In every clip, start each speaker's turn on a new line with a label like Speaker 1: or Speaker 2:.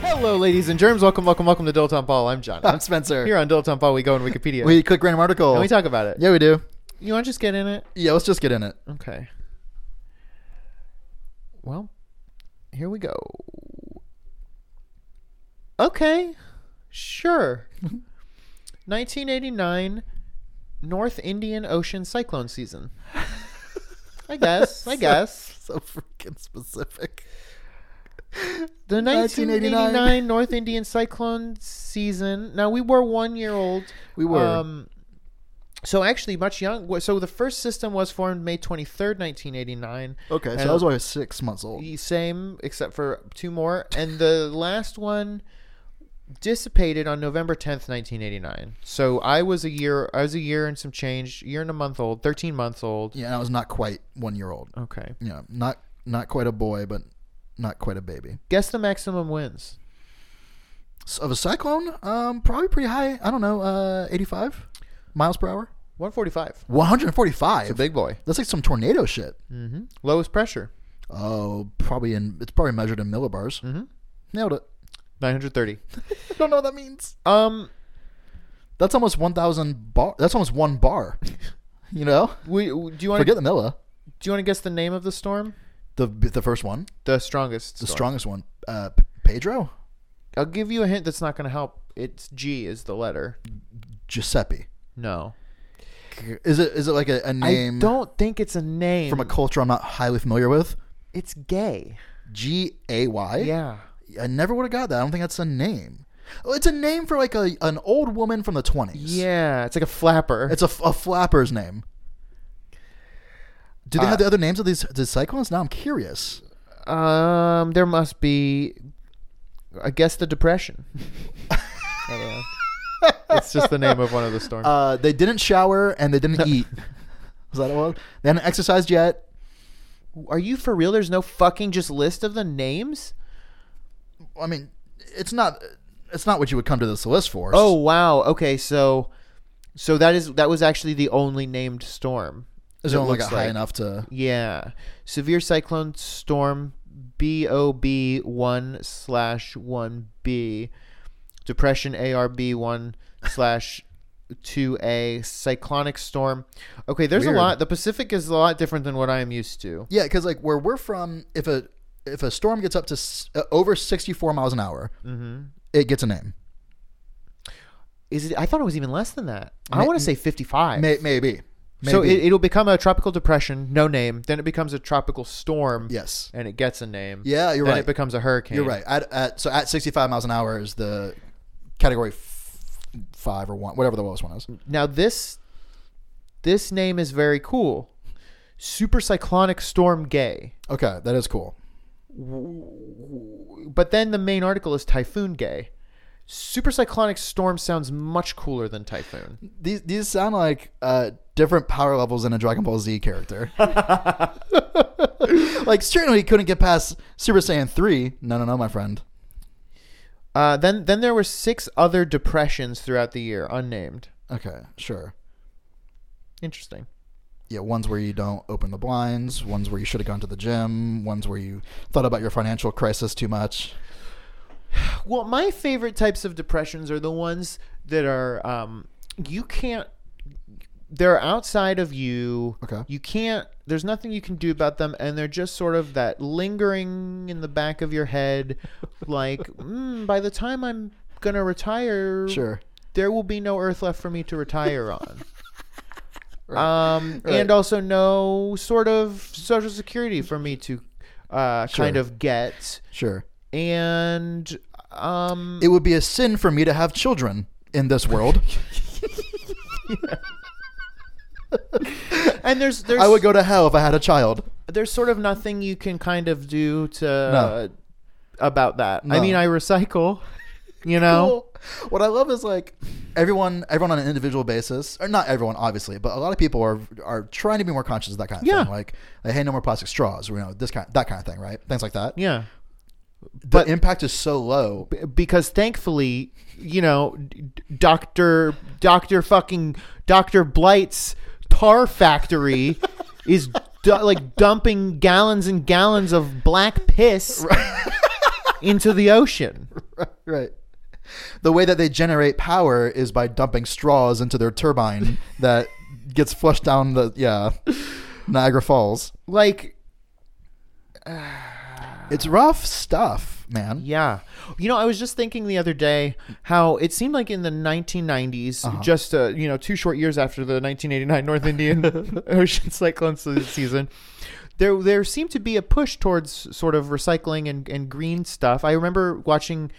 Speaker 1: Hello, ladies and germs. Welcome, welcome, welcome to Dilettante Ball. I'm Johnny.
Speaker 2: I'm Spencer.
Speaker 1: Here on Dilettante Ball, we go on Wikipedia
Speaker 2: we click random article.
Speaker 1: and we talk about it.
Speaker 2: Yeah, we do.
Speaker 1: You want to just get in it?
Speaker 2: Yeah, let's just get in it.
Speaker 1: Okay. Well, here we go. Okay, sure. 1989 North Indian Ocean cyclone season. I guess. I guess.
Speaker 2: So freaking specific.
Speaker 1: The 1989,
Speaker 2: 1989.
Speaker 1: North Indian cyclone season. Now we were one year old. Um,
Speaker 2: We were.
Speaker 1: so actually, much young. So the first system was formed May twenty third, nineteen eighty nine.
Speaker 2: Okay, so
Speaker 1: And-
Speaker 2: that was why I was six months old.
Speaker 1: Same, except for two more, and the last one dissipated on November tenth, nineteen eighty nine. So I was a year. I was a year and some change. Year and a month old. Thirteen months old.
Speaker 2: Yeah, and I was not quite one year old.
Speaker 1: Okay.
Speaker 2: Yeah, not not quite a boy, but not quite a baby.
Speaker 1: Guess the maximum wins.
Speaker 2: So of a cyclone, um, probably pretty high. I don't know, uh, eighty-five miles per hour,
Speaker 1: One forty five.
Speaker 2: one hundred and forty-five.
Speaker 1: Big boy.
Speaker 2: That's like some tornado shit.
Speaker 1: hmm Lowest pressure.
Speaker 2: Oh, probably in. It's probably measured in millibars.
Speaker 1: Mhm.
Speaker 2: Nailed it.
Speaker 1: Nine hundred thirty.
Speaker 2: I don't know what that means.
Speaker 1: Um,
Speaker 2: That's almost one thousand bar. That's almost one bar. you know,
Speaker 1: we, do you want to
Speaker 2: forget the milla.
Speaker 1: do you want to guess the name of the storm?
Speaker 2: The the first one,
Speaker 1: The strongest.
Speaker 2: the
Speaker 1: storm.
Speaker 2: strongest one, uh, P- Pedro
Speaker 1: I'll give you a hint that's not going to help. It's G is the letter.
Speaker 2: Giuseppe.
Speaker 1: No.
Speaker 2: Is it is it like a, a name
Speaker 1: I don't think it's a name.
Speaker 2: from a culture I'm not highly familiar with?
Speaker 1: it's gay.
Speaker 2: G A Y.
Speaker 1: Yeah.
Speaker 2: I never would have got that. I don't think that's a name. Oh, it's a name for like a an old woman from the twenties.
Speaker 1: Yeah, it's like a flapper.
Speaker 2: It's a, f- a flapper's name. Do they
Speaker 1: Uh,
Speaker 2: have the other names of these, these cyclones? Now I'm curious.
Speaker 1: um there must be I guess the depression. I don't know. It's just the name of one of the storms.
Speaker 2: Uh, they didn't shower and they didn't eat. Was that all? They hadn't exercised yet.
Speaker 1: Are you for real? There's no fucking just list of the names?
Speaker 2: I mean, it's not it's not what you would come to this list for.
Speaker 1: Oh wow. Okay, so so that is that was actually the only named storm.
Speaker 2: is
Speaker 1: it
Speaker 2: it only
Speaker 1: looks
Speaker 2: got high
Speaker 1: like.
Speaker 2: enough to?
Speaker 1: Yeah. Severe cyclone storm BOB one slash one B. Depression ARB one slash two A. Cyclonic storm. Okay, there's
Speaker 2: Weird.
Speaker 1: a lot. The Pacific is a lot different than what I am used to.
Speaker 2: Yeah, because like where we're from, if a if a storm gets up to s- uh, over sixty four miles an hour,
Speaker 1: Mm-hmm.
Speaker 2: it gets a name.
Speaker 1: Is it? I thought it was even less than that. I want to say 55.
Speaker 2: May, maybe. maybe.
Speaker 1: So it, it'll become a tropical depression, no name. Then it becomes a tropical storm.
Speaker 2: yes.
Speaker 1: And it gets a name.
Speaker 2: Yeah, you're
Speaker 1: then
Speaker 2: right.
Speaker 1: it becomes a hurricane.
Speaker 2: You're right. At, at, so at sixty five miles an hour is the category f- five or one, whatever the lowest one is.
Speaker 1: Now this this name is very cool. Super cyclonic storm gay.
Speaker 2: Okay, that is cool.
Speaker 1: But then the main article is typhoon gay. Super cyclonic storm sounds much cooler than typhoon.
Speaker 2: These these sound like uh, different power levels in a Dragon Ball Z character. like certainly couldn't get past Super Saiyan three. No, no, no, my friend.
Speaker 1: Uh, then then there were six other depressions throughout the year, unnamed.
Speaker 2: Okay, sure.
Speaker 1: Interesting.
Speaker 2: yeah, ones where you don't open the blinds, ones where you should have gone to the gym, ones where you thought about your financial crisis too much.
Speaker 1: Well, my favorite types of depressions are the ones that are um, you can't. They're outside of you.
Speaker 2: Okay.
Speaker 1: You can't. There's nothing you can do about them, and they're just sort of that lingering in the back of your head, like mm, by the time I'm gonna retire,
Speaker 2: Sure.
Speaker 1: there will be no earth left for me to retire on. Um,
Speaker 2: Right.
Speaker 1: and also no sort of social security for me to uh, kind
Speaker 2: Sure.
Speaker 1: of get,
Speaker 2: Sure.
Speaker 1: and um,
Speaker 2: It would be a sin for me to have children in this world.
Speaker 1: and there's there's
Speaker 2: I would go to hell if I had a child.
Speaker 1: there's sort of nothing you can kind of do to
Speaker 2: No.
Speaker 1: about that. I
Speaker 2: No.
Speaker 1: mean, I recycle, you know.
Speaker 2: Cool. What I love is like everyone, everyone on an individual basis, or not everyone, obviously, but a lot of people are are trying to be more conscious of that kind of
Speaker 1: Yeah.
Speaker 2: thing. Like, like, hey, no more plastic straws, or, you know, this kind, that kind of thing, right? Things like that.
Speaker 1: Yeah.
Speaker 2: the
Speaker 1: but-
Speaker 2: impact is so low.
Speaker 1: B- because thankfully, you know, Doctor Doctor fucking Doctor Blight's tar factory is du- like dumping gallons and gallons of black piss into the ocean.
Speaker 2: Right. The way that they generate power is by dumping straws into their turbine that gets flushed down the yeah Niagara Falls.
Speaker 1: Like,
Speaker 2: It's rough stuff, man.
Speaker 1: yeah, you know, I was just thinking the other day how it seemed like in the 1990s, just uh, you know, two short years after the 1989 North Indian Ocean cyclone se- season. there there seemed to be a push towards sort of recycling and, and green stuff. I remember watching,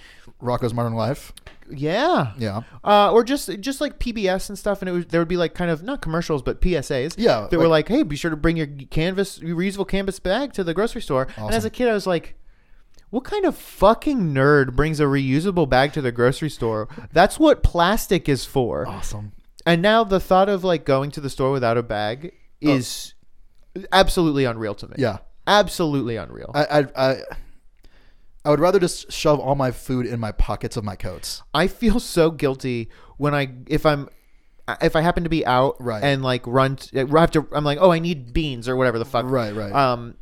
Speaker 2: Rocco's Modern Life.
Speaker 1: yeah,
Speaker 2: Yeah.
Speaker 1: uh, or just just like PBS and stuff, and it was there would be like kind of not commercials but PSAs,
Speaker 2: Yeah,
Speaker 1: that were
Speaker 2: like-
Speaker 1: like, hey, be sure to bring your canvas your reusable canvas bag to the grocery store. And as
Speaker 2: Awesome.
Speaker 1: a kid, I was like. What kind of fucking nerd brings a reusable bag to the grocery store? That's what plastic is for.
Speaker 2: Awesome.
Speaker 1: And now the thought of like going to the store without a bag is absolutely unreal to me.
Speaker 2: Oh. Yeah.
Speaker 1: Absolutely unreal.
Speaker 2: I I I, I would rather just shove all my food in my pockets of my coats.
Speaker 1: I feel so guilty when I if I'm if I happen to be out
Speaker 2: Right.
Speaker 1: and like run t- I have to I'm like oh I need beans or whatever the fuck
Speaker 2: Right, right.
Speaker 1: um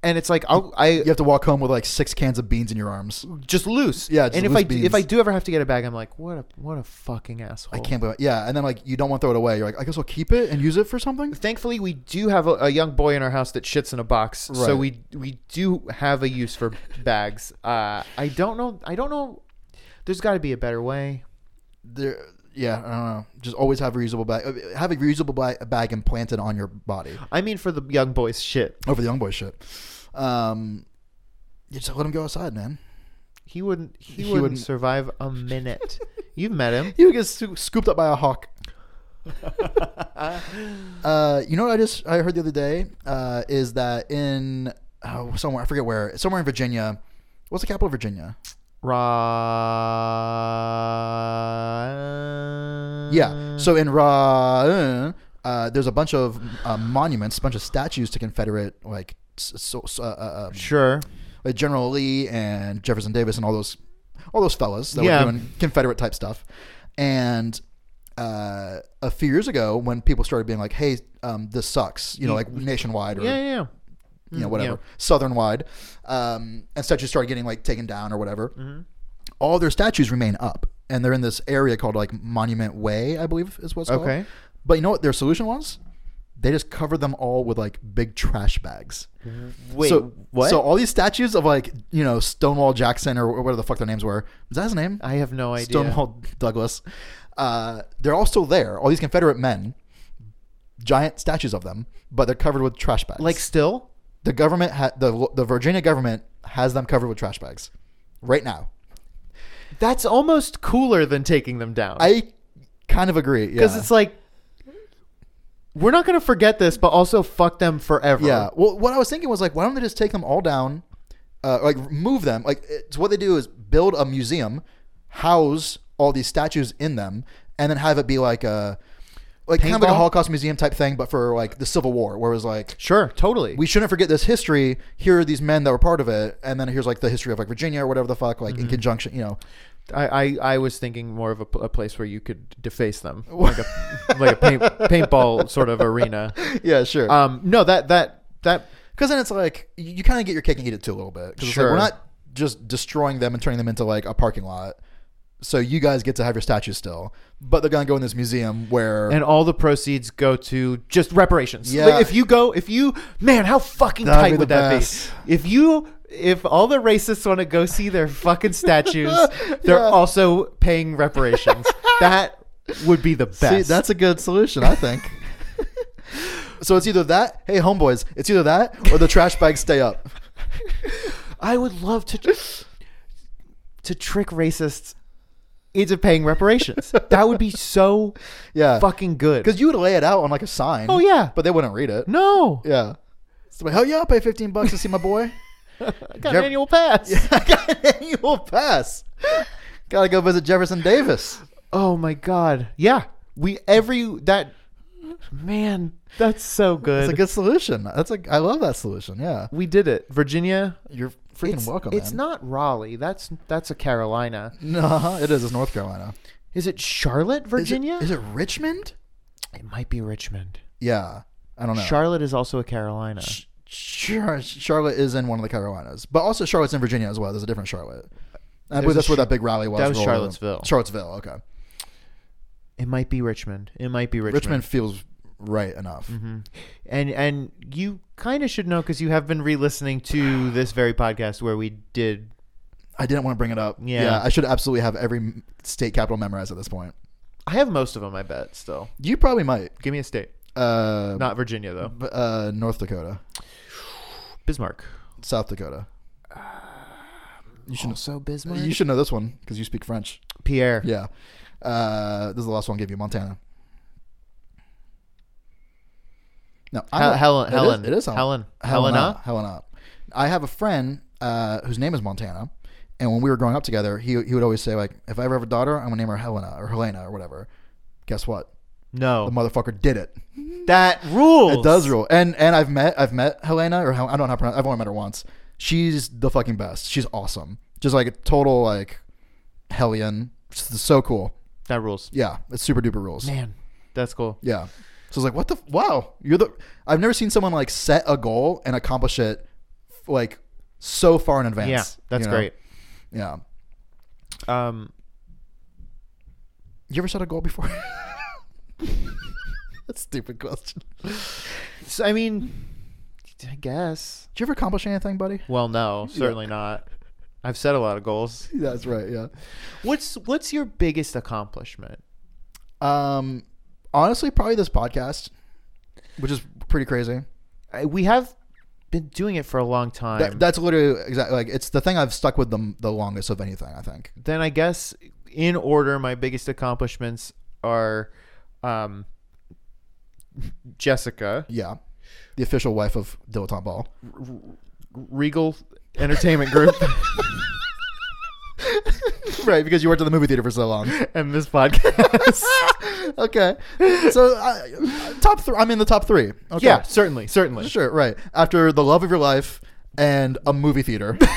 Speaker 1: and it's like I'll, I
Speaker 2: You have to walk home with like six cans of beans in your arms.
Speaker 1: just loose
Speaker 2: Yeah, just
Speaker 1: and if
Speaker 2: loose
Speaker 1: I
Speaker 2: beans.
Speaker 1: if I do ever have to get a bag I'm like what a what a fucking asshole
Speaker 2: I can't believe it. Yeah, and then like you don't want to throw it away. You're like, I guess I'll keep it and use it for something.
Speaker 1: Thankfully, we do have a, a young boy in our house that shits in a box, so
Speaker 2: Right.
Speaker 1: we we do have a use for bags. Uh, I don't know. I don't know. There's got to be a better way.
Speaker 2: There, yeah, I don't know. Just always have a reusable bag. Have a reusable ba- bag implanted on your body.
Speaker 1: I mean, for the young boy's shit,
Speaker 2: Over the young boy shit. Um, you just let him go outside, man.
Speaker 1: he wouldn't. He,
Speaker 2: He
Speaker 1: wouldn't,
Speaker 2: wouldn't.
Speaker 1: survive a minute. You've met him.
Speaker 2: He would get sco- scooped up by a hawk. uh, you know what I just I heard the other day uh, is that in oh, somewhere I forget where somewhere in Virginia, what's the capital of Virginia?
Speaker 1: Right.
Speaker 2: Yeah. So in Ra, uh, there's a bunch of uh, monuments, a bunch of statues to Confederate like s- so, so, uh, uh, uh,
Speaker 1: sure.
Speaker 2: like General Lee and Jefferson Davis and all those all those fellas that
Speaker 1: Yeah.
Speaker 2: were doing Confederate type stuff. And uh, a few years ago, when people started being like, "Hey, um, this sucks," you know, like nationwide or
Speaker 1: Mm. Yeah. Yeah. yeah.
Speaker 2: you know
Speaker 1: Mm,
Speaker 2: whatever,
Speaker 1: yeah.
Speaker 2: southern wide, um, and statues started getting like taken down or whatever.
Speaker 1: Mm-hmm.
Speaker 2: All their statues remain up, and they're in this area called like Monument Way, I believe is what's called.
Speaker 1: Okay.
Speaker 2: But you know what their solution was? They just covered them all with like big trash bags.
Speaker 1: Wait.
Speaker 2: so,
Speaker 1: what?
Speaker 2: So all these statues of like you know Stonewall Jackson or whatever the fuck their names were. Is that his name?
Speaker 1: I have no idea.
Speaker 2: Stonewall Douglas. Uh, they're all still there. All these Confederate men, giant statues of them, but they're covered with trash bags.
Speaker 1: Like still.
Speaker 2: the government, ha- the the Virginia government has them covered with trash bags right now.
Speaker 1: That's almost cooler than taking them down.
Speaker 2: I kind of agree
Speaker 1: because
Speaker 2: yeah.
Speaker 1: it's like we're not going to forget this, but also fuck them forever.
Speaker 2: Yeah. Well, what I was thinking was like, why don't they just take them all down, uh, like move them? Like, it's what they do is build a museum, house all these statues in them, and then have it be like a, like kind of like a
Speaker 1: Paintball?
Speaker 2: Holocaust museum type thing, but for like the Civil War, where it was like
Speaker 1: sure, totally.
Speaker 2: we shouldn't forget this history. Here are these men that were part of it, and then here's like the history of like Virginia or whatever the fuck, like in
Speaker 1: Mm-hmm.
Speaker 2: conjunction, you know.
Speaker 1: I, I, I was thinking more of a, pl- a place where you could deface them, like a like a paint, paintball sort of arena.
Speaker 2: Yeah, sure.
Speaker 1: Um, no, that that that
Speaker 2: Because then it's like you, you kind of get your cake and eat it too a little bit. Because
Speaker 1: Sure.
Speaker 2: we're not just destroying them and turning them into like a parking lot. So you guys get to have your statues still, but they're gonna go in this museum where
Speaker 1: and all the proceeds go to just reparations.
Speaker 2: Yeah.
Speaker 1: Like, if you go, if you man, how fucking
Speaker 2: That'd be
Speaker 1: tight
Speaker 2: the
Speaker 1: would that
Speaker 2: best.
Speaker 1: be? If you if all the racists want to go see their fucking statues, they're
Speaker 2: Yeah.
Speaker 1: also paying reparations. that would be the best.
Speaker 2: see that's a good solution, I think. so it's either that, hey homeboys, it's either that or the trash bags stay up.
Speaker 1: I would love to to trick racists into paying reparations. that would be so
Speaker 2: Yeah.
Speaker 1: fucking good.
Speaker 2: Because you would lay it out on like a sign.
Speaker 1: Oh, yeah.
Speaker 2: But they wouldn't read it.
Speaker 1: no,
Speaker 2: Yeah. It's like, hell yeah, I'll pay 15 bucks to see my boy.
Speaker 1: I got
Speaker 2: Jeff-
Speaker 1: an annual pass.
Speaker 2: I got an annual pass. Gotta go visit Jefferson Davis.
Speaker 1: Oh my god. Yeah. We every that man, that's so good.
Speaker 2: That's a good solution. That's a I love that solution. Yeah.
Speaker 1: we did it. Virginia
Speaker 2: You're freaking
Speaker 1: it's,
Speaker 2: welcome.
Speaker 1: It's
Speaker 2: man.
Speaker 1: not Raleigh. That's that's a Carolina.
Speaker 2: No, it is. It's North Carolina.
Speaker 1: Is it Charlotte,
Speaker 2: Is it-
Speaker 1: Virginia?
Speaker 2: Is it Richmond?
Speaker 1: it, might be Richmond.
Speaker 2: Yeah. I don't know.
Speaker 1: Charlotte is also a Carolina.
Speaker 2: Char- Charlotte is in one of the Carolinas, but also Charlotte's in Virginia as well. There's a different Charlotte. I
Speaker 1: There's
Speaker 2: believe
Speaker 1: a
Speaker 2: that's where
Speaker 1: Char-
Speaker 2: that big rally was.
Speaker 1: that was
Speaker 2: for all of them.
Speaker 1: Charlottesville.
Speaker 2: Charlottesville. Okay.
Speaker 1: It might be Richmond. It might be Richmond. Mm-hmm.
Speaker 2: Richmond feels right enough.
Speaker 1: And and you kind of should know because you have been re-listening to this very podcast where we did.
Speaker 2: I didn't want to bring it up.
Speaker 1: Yeah.
Speaker 2: I should absolutely have every m- state capital memorized at this point.
Speaker 1: I have most of them. I bet still.
Speaker 2: You probably might.
Speaker 1: Give me a state.
Speaker 2: Uh,
Speaker 1: Not Virginia though.
Speaker 2: b- uh, North Dakota,
Speaker 1: Bismarck.
Speaker 2: South Dakota. You should
Speaker 1: So Bismarck.
Speaker 2: you should know this one because you speak French.
Speaker 1: Pierre.
Speaker 2: Yeah. Uh, this is the last one I gave you, Montana. No, I'm
Speaker 1: Hel-
Speaker 2: not-
Speaker 1: Helen- Helen.
Speaker 2: it is- It is Helen.
Speaker 1: Helen.
Speaker 2: Helena. Helena. I have a friend uh, whose name is Montana, and when we were growing up together, he he would always say like, "If I ever have a daughter, I'm gonna name her Helena or Helena or whatever." Guess what? The
Speaker 1: No.
Speaker 2: motherfucker did it.
Speaker 1: That rules.
Speaker 2: It does rule. And and I've met I've met Helena or Hel- I don't know how to pronounce. I've only met her once. She's the fucking best. She's awesome. Just like a total like hellion. She's so cool.
Speaker 1: That rules.
Speaker 2: Yeah, it's super duper rules.
Speaker 1: Man, that's cool.
Speaker 2: Yeah. So I was like, what the f- wow? You're the I've never seen someone like set a goal and accomplish it like so far in advance.
Speaker 1: Yeah, that's
Speaker 2: you know?
Speaker 1: great.
Speaker 2: Yeah.
Speaker 1: Um,
Speaker 2: You ever set a goal before? that's a stupid question. Did
Speaker 1: so, I mean, I guess.
Speaker 2: you ever accomplish anything, buddy?
Speaker 1: Well, no, certainly not. I've set a lot of goals.
Speaker 2: That's right. Yeah.
Speaker 1: What's What's your biggest accomplishment?
Speaker 2: Um, honestly, probably this podcast, which is pretty crazy.
Speaker 1: I, we have been doing it for a long time.
Speaker 2: That, that's literally exactly like it's the thing I've stuck with the the longest of anything. I think.
Speaker 1: then I guess in order, my biggest accomplishments are, um, Jessica
Speaker 2: Yeah. The official wife of Dilettante Ball.
Speaker 1: Regal Entertainment Group
Speaker 2: right, because you worked at the movie theater for so long.
Speaker 1: and this podcast.
Speaker 2: okay. So, I, top three. I'm in the top three. Okay.
Speaker 1: Yeah, certainly, certainly.
Speaker 2: Sure. Right. After the love of your life and a movie theater.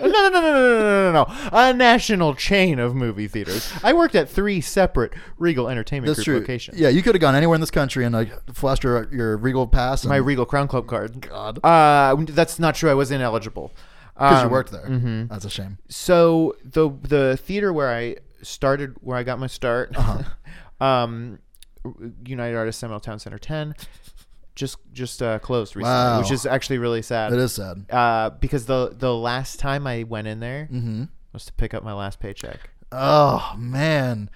Speaker 1: No, no, no, no, no, no, no, no, no. A national chain of movie theaters. I worked at three separate Regal Entertainment
Speaker 2: That's
Speaker 1: Group
Speaker 2: true.
Speaker 1: locations.
Speaker 2: Yeah, you could have gone anywhere in this country and like flashed your your Regal pass. And,
Speaker 1: My Regal Crown Club card.
Speaker 2: God.
Speaker 1: Uh, that's not true. I was ineligible.
Speaker 2: because
Speaker 1: Um,
Speaker 2: you worked there. That's a shame.
Speaker 1: so the the theater where I started, where I got my start,
Speaker 2: Uh-huh.
Speaker 1: um, United Artists Seminole Town Center ten, just just uh, closed recently,
Speaker 2: Wow.
Speaker 1: which is actually really sad.
Speaker 2: That is sad.
Speaker 1: Uh, because the the last time I went in there
Speaker 2: Mm-hmm.
Speaker 1: was to pick up my last paycheck.
Speaker 2: Oh man.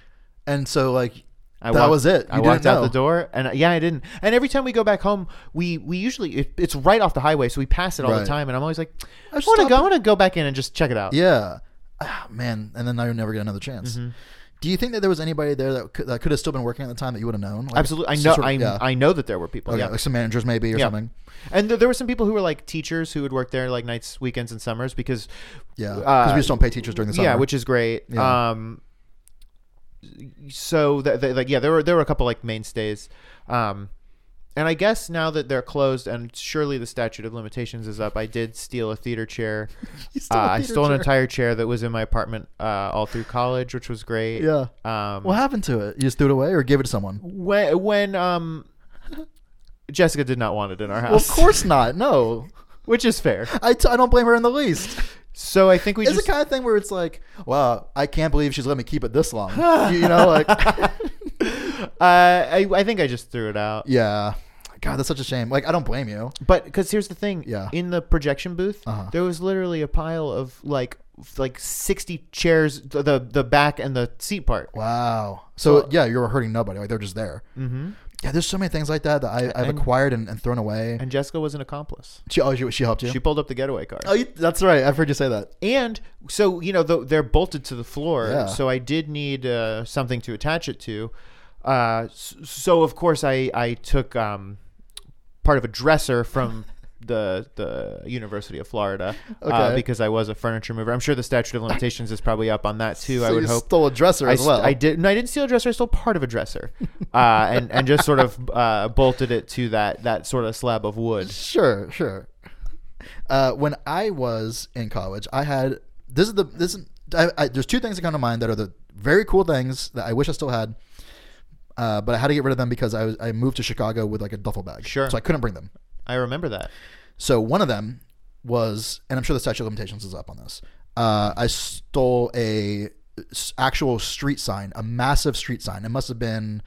Speaker 2: And so like
Speaker 1: I
Speaker 2: that
Speaker 1: walked-
Speaker 2: was it. You
Speaker 1: I walked
Speaker 2: didn't know.
Speaker 1: out the door, and uh, yeah, I didn't. And every time we go back home, we we usually it, it's right off the highway, so we pass it all
Speaker 2: Right.
Speaker 1: the time. And I'm always like, I
Speaker 2: should
Speaker 1: want to
Speaker 2: stop
Speaker 1: go. I
Speaker 2: it."
Speaker 1: want to go back in and just check it out.
Speaker 2: Yeah. Ah, man, and then now you'll never get another chance.
Speaker 1: Mm-hmm.
Speaker 2: Do you think that there was anybody there that could, that could have still been working at the time that you would have known? Like,
Speaker 1: Absolutely, I
Speaker 2: some
Speaker 1: know.
Speaker 2: sort of-
Speaker 1: I
Speaker 2: yeah.
Speaker 1: I know that there were people.
Speaker 2: Okay,
Speaker 1: yeah,
Speaker 2: like some managers maybe or
Speaker 1: Yeah.
Speaker 2: something.
Speaker 1: and th- there were some people who were like teachers who would work there like nights, weekends, and summers because
Speaker 2: Yeah, because
Speaker 1: Uh,
Speaker 2: we just don't pay teachers during the summer.
Speaker 1: yeah, which is great.
Speaker 2: Yeah.
Speaker 1: Um, so that that- like yeah, there were there were a couple like mainstays, um, and I guess now that they're closed and surely the statute of limitations is up, I did steal a theater chair.
Speaker 2: You stole
Speaker 1: Uh,
Speaker 2: a
Speaker 1: I
Speaker 2: theater
Speaker 1: stole an
Speaker 2: chair.
Speaker 1: entire chair that was in my apartment uh, all through college, which was great.
Speaker 2: Yeah.
Speaker 1: Um,
Speaker 2: What happened to it? You just threw it away or gave it to someone?
Speaker 1: when when um, Jessica did not want it in our
Speaker 2: Well, of
Speaker 1: house,
Speaker 2: course not. No,
Speaker 1: which is fair.
Speaker 2: I, t- I don't blame her in the least.
Speaker 1: So I think we
Speaker 2: It's
Speaker 1: just
Speaker 2: the kind of thing where it's like, wow, I can't believe she's let me keep it this long. you, you know, like,
Speaker 1: uh, I I think I just threw it out.
Speaker 2: yeah. God, that's such a shame. Like, I don't blame you.
Speaker 1: But because here's the thing,
Speaker 2: Yeah.
Speaker 1: In the projection booth,
Speaker 2: Uh-huh.
Speaker 1: there was literally a pile of like f- like sixty chairs, th- the the back and the seat part.
Speaker 2: Wow. So yeah, you were hurting nobody. Like they're just there. Mm-hmm. Yeah, there's so many things like that that I, I've
Speaker 1: And-
Speaker 2: acquired and, and thrown away.
Speaker 1: And Jessica was an accomplice.
Speaker 2: she, oh, she, she helped you.
Speaker 1: She pulled up the getaway car.
Speaker 2: oh, you, that's right. I've heard you say that.
Speaker 1: And so you know tho- they're bolted to the floor,
Speaker 2: Yeah.
Speaker 1: so I did need uh, something to attach it to. Uh, s- so of course I I took um, part of a dresser from the the University of Florida uh,
Speaker 2: Okay.
Speaker 1: because I was a furniture mover. I'm sure the statute of limitations is probably up on that too. I
Speaker 2: So
Speaker 1: would
Speaker 2: you
Speaker 1: hope.
Speaker 2: stole a dresser
Speaker 1: I,
Speaker 2: as
Speaker 1: st-
Speaker 2: well.
Speaker 1: I did. No, I didn't steal a dresser. I stole part of a dresser, uh, and and just sort of uh, bolted it to that that sort of slab of wood.
Speaker 2: Sure, sure. Uh, when I was in college, I had this is the this is, I, I, there's two things that come to mind that are the very cool things that I wish I still had, uh, but I had to get rid of them because I was I moved to Chicago with like a duffel bag,
Speaker 1: Sure.
Speaker 2: so I couldn't bring them.
Speaker 1: I remember that.
Speaker 2: So one of them was, and I'm sure the statute of limitations is up on this. Uh, I stole a s- actual street sign, a massive street sign. It must have been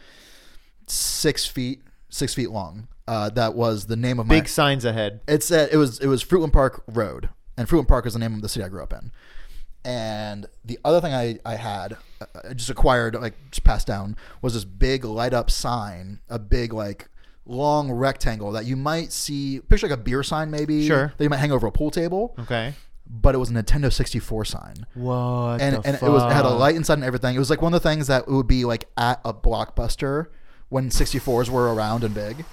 Speaker 2: six feet, six feet long. Uh, that was the name of my
Speaker 1: Big signs ahead.
Speaker 2: it said it was it was Fruitland Park Road, and Fruitland Park is the name of the city I grew up in. And the other thing I I had uh, I just acquired like just passed down was this big light up sign, a big like long rectangle that you might see picture like a beer sign maybe
Speaker 1: Sure. Hmm.
Speaker 2: that you might hang over a pool table,
Speaker 1: Okay.
Speaker 2: but it was a Nintendo 64 sign.
Speaker 1: What
Speaker 2: And,
Speaker 1: the
Speaker 2: and it was it had a
Speaker 1: fuck?
Speaker 2: light inside and everything. It was like one of the things that would be like at a blockbuster when 64s were around and big,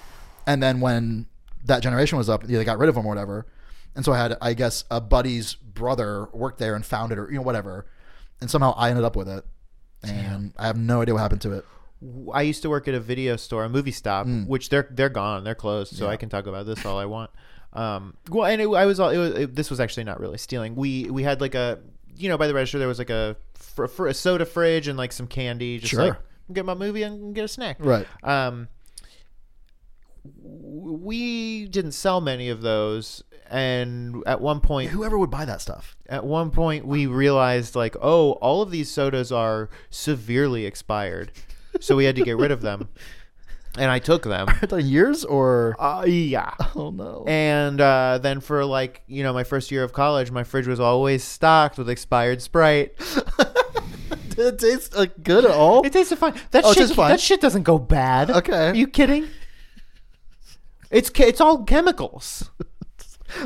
Speaker 2: and then when that generation was up, they got rid of them or whatever. And so I had, I guess, a buddy's brother worked there and found it or you know whatever, and somehow I ended up with it, and I have no idea what happened to it.
Speaker 1: I used to work at a video store, a movie stop,
Speaker 2: Mm.
Speaker 1: which they're they're gone, they're closed, so I can talk about this all I want. Um, well, and it, I was all it was, it, this was actually not really stealing. We we had like a you know by the register there was like a, fr- fr- a soda fridge and like some candy, just
Speaker 2: Sure.
Speaker 1: like get my movie and get a snack,
Speaker 2: Right.
Speaker 1: Um, w- we didn't sell many of those, and at one point
Speaker 2: Whoever would buy that stuff?
Speaker 1: at one point we realized like oh all of these sodas are severely expired so we had to get rid of them and i took them
Speaker 2: years or
Speaker 1: uh, yeah
Speaker 2: oh no.
Speaker 1: and uh, then for like you know my first year of college my fridge was always stocked with expired sprite
Speaker 2: Did it taste like good at all?
Speaker 1: it tasted fine that
Speaker 2: Oh, it
Speaker 1: shit
Speaker 2: tastes fine.
Speaker 1: that shit doesn't go bad
Speaker 2: Okay.
Speaker 1: are you kidding it's che- it's all chemicals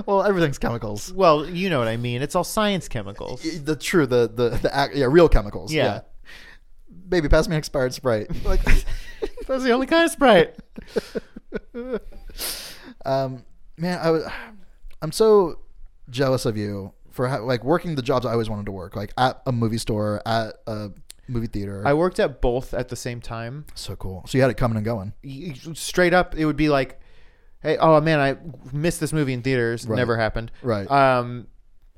Speaker 2: Well, everything's chemicals.
Speaker 1: well you know what i mean it's all science chemicals
Speaker 2: Y- the true the the the ac- yeah real chemicals
Speaker 1: Yeah.
Speaker 2: baby pass me an expired sprite like
Speaker 1: that's the only kind of sprite
Speaker 2: um man i was i'm so jealous of you for how, like working the jobs i always wanted to work like at a movie store at a movie theater
Speaker 1: i worked at both at the same time
Speaker 2: so cool so you had it coming and going
Speaker 1: y- y- straight up it would be like hey oh man i missed this movie in theaters
Speaker 2: Right.
Speaker 1: never happened
Speaker 2: Right.
Speaker 1: um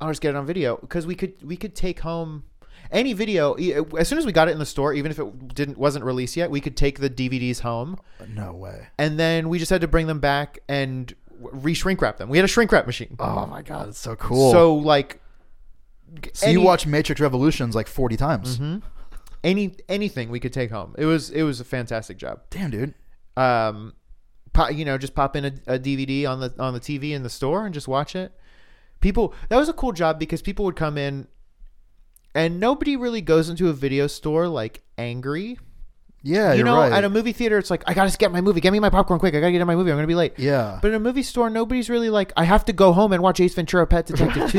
Speaker 1: i'll just get it on video because we could we could take home any video e- as soon as we got it in the store even if it didn't wasn't released yet we could take the dvds home
Speaker 2: no way
Speaker 1: and then we just had to bring them back and re-shrink wrap them we had a shrink wrap machine
Speaker 2: oh my god it's so cool so,
Speaker 1: so like
Speaker 2: you
Speaker 1: any- Mm-hmm.
Speaker 2: watch matrix revolutions like 40 times
Speaker 1: any anything we could take home it was it was a fantastic job
Speaker 2: damn dude
Speaker 1: um, pop, you know, just pop in a, a DVD on the on the TV in the store and just watch it. People, that was a cool job because people would come in, and nobody really goes into a video store like angry.
Speaker 2: yeah
Speaker 1: You
Speaker 2: you are
Speaker 1: know,
Speaker 2: right
Speaker 1: at a movie theater, it's like I gotta get my movie, get me my popcorn quick. I gotta get in my movie. I'm gonna be late.
Speaker 2: yeah
Speaker 1: But in a movie store, nobody's really like I have to go home and watch Ace Ventura: Pet Detective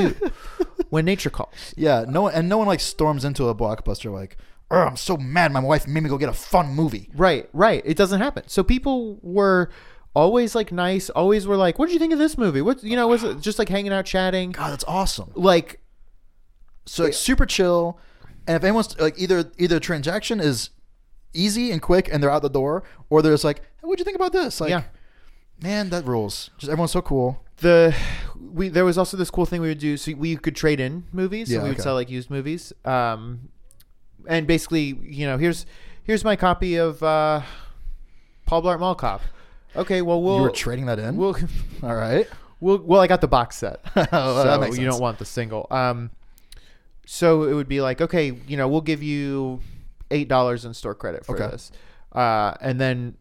Speaker 1: Two when nature calls.
Speaker 2: yeah no one and no one like storms into a blockbuster like oh i'm so mad my wife made me go get a fun movie
Speaker 1: Right, right. It doesn't happen. So people were always like nice. Always were like, "What did you think of this movie?" What you know was it just like hanging out, chatting.
Speaker 2: god that's awesome
Speaker 1: like
Speaker 2: So like super chill. And if anyone's like either either transaction is easy and quick and they're out the door, or they're just like, hey, what'd you think about this? Like
Speaker 1: Yeah.
Speaker 2: man, that rules. Just everyone's so cool.
Speaker 1: the we there was also this cool thing we would do so we could trade in movies
Speaker 2: Yeah,
Speaker 1: and we would
Speaker 2: okay.
Speaker 1: sell like used movies um and basically you know here's here's my copy of uh Paul Blart Mall Cop okay well we'll
Speaker 2: you were trading that in?
Speaker 1: we'll
Speaker 2: All right.
Speaker 1: Well, well, I got the box set, so
Speaker 2: that makes
Speaker 1: you
Speaker 2: sense.
Speaker 1: don't want the single. Um, so it would be like, okay, you know, we'll give you eight dollars in store credit for
Speaker 2: Okay.
Speaker 1: this, uh, and then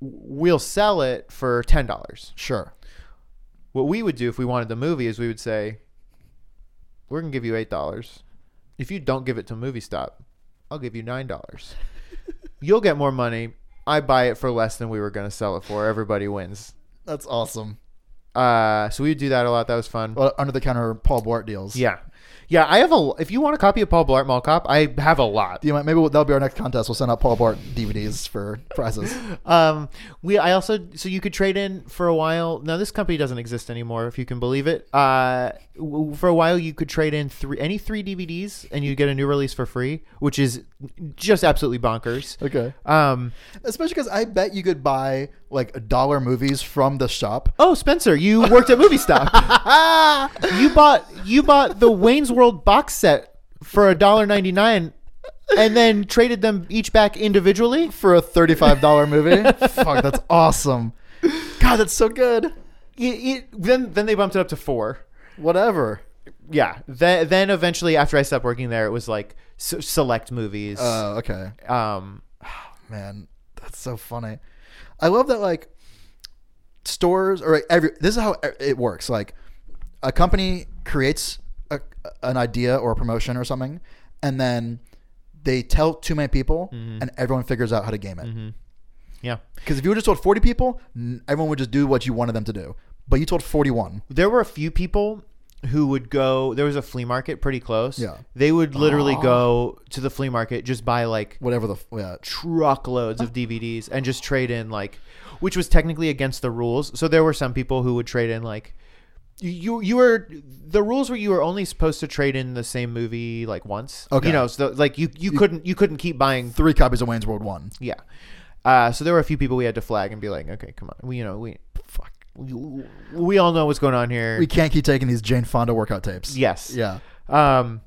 Speaker 1: we'll sell it for ten dollars.
Speaker 2: Sure.
Speaker 1: What we would do if we wanted the movie is we would say, we're gonna give you eight dollars. If you don't give it to Movie Stop, I'll give you nine dollars. You'll get more money. I buy it for less than we were going to sell it for. Everybody wins.
Speaker 2: That's awesome.
Speaker 1: Uh, so we would do that a lot. That was fun.
Speaker 2: Well, Uh, under the counter Paul Blart deals.
Speaker 1: Yeah, yeah. I have a. If you want a copy of Paul Blart Mall Cop, I have a lot.
Speaker 2: You might, maybe we'll, that'll be our next contest. We'll send out Paul Blart DVDs for prizes.
Speaker 1: Um, we I also so you could trade in for a while. Now this company doesn't exist anymore, if you can believe it. Uh, w- for a while you could trade in three any three DVDs and you get a new release for free, which is just absolutely bonkers.
Speaker 2: Okay.
Speaker 1: Um,
Speaker 2: Especially because I bet you could buy like dollar movies from the shop.
Speaker 1: oh Spencer, you worked at Movie Stop. you bought you bought the Wayne's World box set for a dollar ninety nine, and then traded them each back individually.
Speaker 2: for a thirty-five dollar movie. Fuck, that's awesome. God, that's so good.
Speaker 1: It, it, then then they bumped it up to four.
Speaker 2: Whatever.
Speaker 1: yeah then, then eventually after i stopped working there it was like s- select movies
Speaker 2: Oh, okay.
Speaker 1: um
Speaker 2: Man, that's so funny. I love that like stores or like, every. This is how e, it works. Like a company creates a, an idea or a promotion or something, and then they tell too many people, and everyone figures out how to game it.
Speaker 1: yeah
Speaker 2: Because if you would just told forty people, n- everyone would just do what you wanted them to do. But you told forty-one.
Speaker 1: there were a few people who would go there was a flea market pretty close
Speaker 2: Yeah.
Speaker 1: they would literally go to the flea market just buy like
Speaker 2: Whatever the f- yeah, tr-
Speaker 1: truckloads of dvds and just trade in like which was technically against the rules so there were some people who would trade in like you you were the rules were you were only supposed to trade in the same movie like once
Speaker 2: Okay.
Speaker 1: you know so like you you couldn't you couldn't keep buying
Speaker 2: three copies of Wayne's World One.
Speaker 1: Yeah. Uh, so there were a few people we had to flag and be like, okay, come on, we you know we fuck, we, we all know what's going on here.
Speaker 2: we can't keep taking these Jane Fonda workout tapes.
Speaker 1: yes.
Speaker 2: Yeah.
Speaker 1: Um.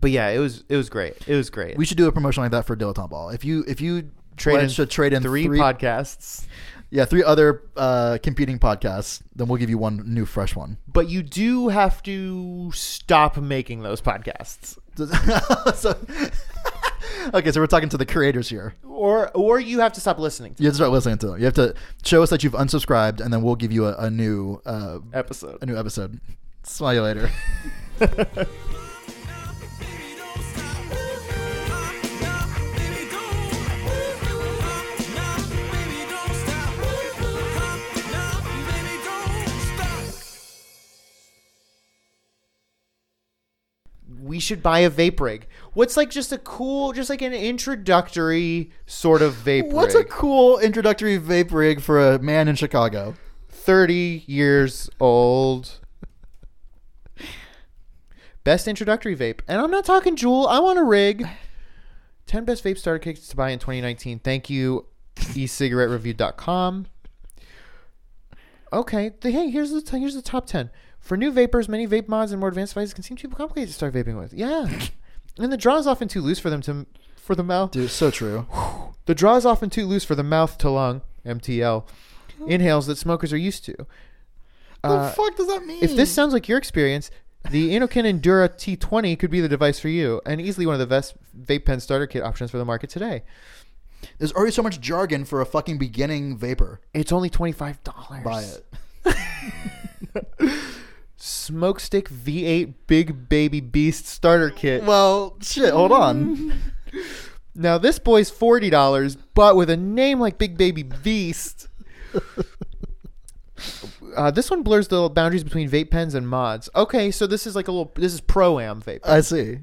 Speaker 1: But yeah, it was it was great. It was great.
Speaker 2: We should do a promotion like that for Dilettante Ball. If you if you
Speaker 1: Trade
Speaker 2: let-
Speaker 1: in
Speaker 2: should trade in
Speaker 1: three,
Speaker 2: three,
Speaker 1: podcasts,
Speaker 2: yeah three other uh, competing podcasts, then we'll give you one new fresh one.
Speaker 1: but you do have to stop making those podcasts,
Speaker 2: so, okay, so we're talking to the creators here.
Speaker 1: or or you have to stop listening to
Speaker 2: You have to start listening to them. You have to show us that you've unsubscribed, and then we'll give you a, a new uh,
Speaker 1: the episode.
Speaker 2: a new episode. Smile you later.
Speaker 3: Baby, don't stop. Nah, nah, baby, don't. Nah, baby, don't stop. Nah, baby, don't stop.
Speaker 1: we should buy a vape rig. What's like just a cool, just like an introductory sort of vape
Speaker 2: What's a
Speaker 1: rig.
Speaker 2: cool introductory vape rig for a man in Chicago?
Speaker 1: thirty years old. Best introductory vape, and I'm not talking Juul. I want a rig. Ten best vape starter kits to buy in 2019. Thank you, e ecigarettereview.com. Okay, the, hey, here's the t- here's the top ten for new vapors. Many vape mods and more advanced devices can seem too complicated to start vaping with. Yeah, and the draw is often too loose for them to for the mouth.
Speaker 2: Dude, so true.
Speaker 1: The draw is often too loose for the mouth to lung (MTL) inhales that smokers are used to.
Speaker 2: the
Speaker 1: Uh,
Speaker 2: fuck does that mean?
Speaker 1: if this sounds like your experience, the Inokin Endura T20 could be the device for you, and easily one of the best vape pen starter kit options for the market today.
Speaker 2: There's already so much jargon for a fucking beginning vapor.
Speaker 1: It's only twenty five dollars.
Speaker 2: Buy it.
Speaker 1: Smokestick V8 Big Baby Beast starter kit.
Speaker 2: Well, shit, hold on.
Speaker 1: Now this boy's forty dollars, but with a name like Big Baby Beast. Uh, this one blurs the boundaries between vape pens and mods. Okay, so this is like a little. This is pro am vape.
Speaker 2: I see.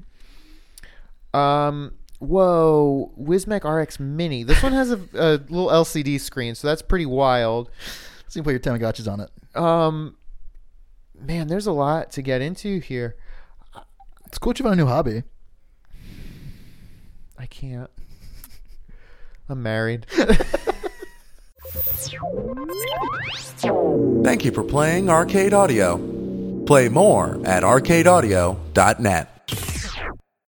Speaker 1: Um, whoa, Wismac RX Mini. This one has a, a little LCD screen, so that's pretty wild.
Speaker 2: So you can put your Tamagotchis on it.
Speaker 1: Um, man, there's a lot to get into here.
Speaker 2: It's cool that you found a new hobby.
Speaker 1: I can't. I'm married.
Speaker 4: Thank you for playing Arcade Audio. Play more at arcadeaudio.net.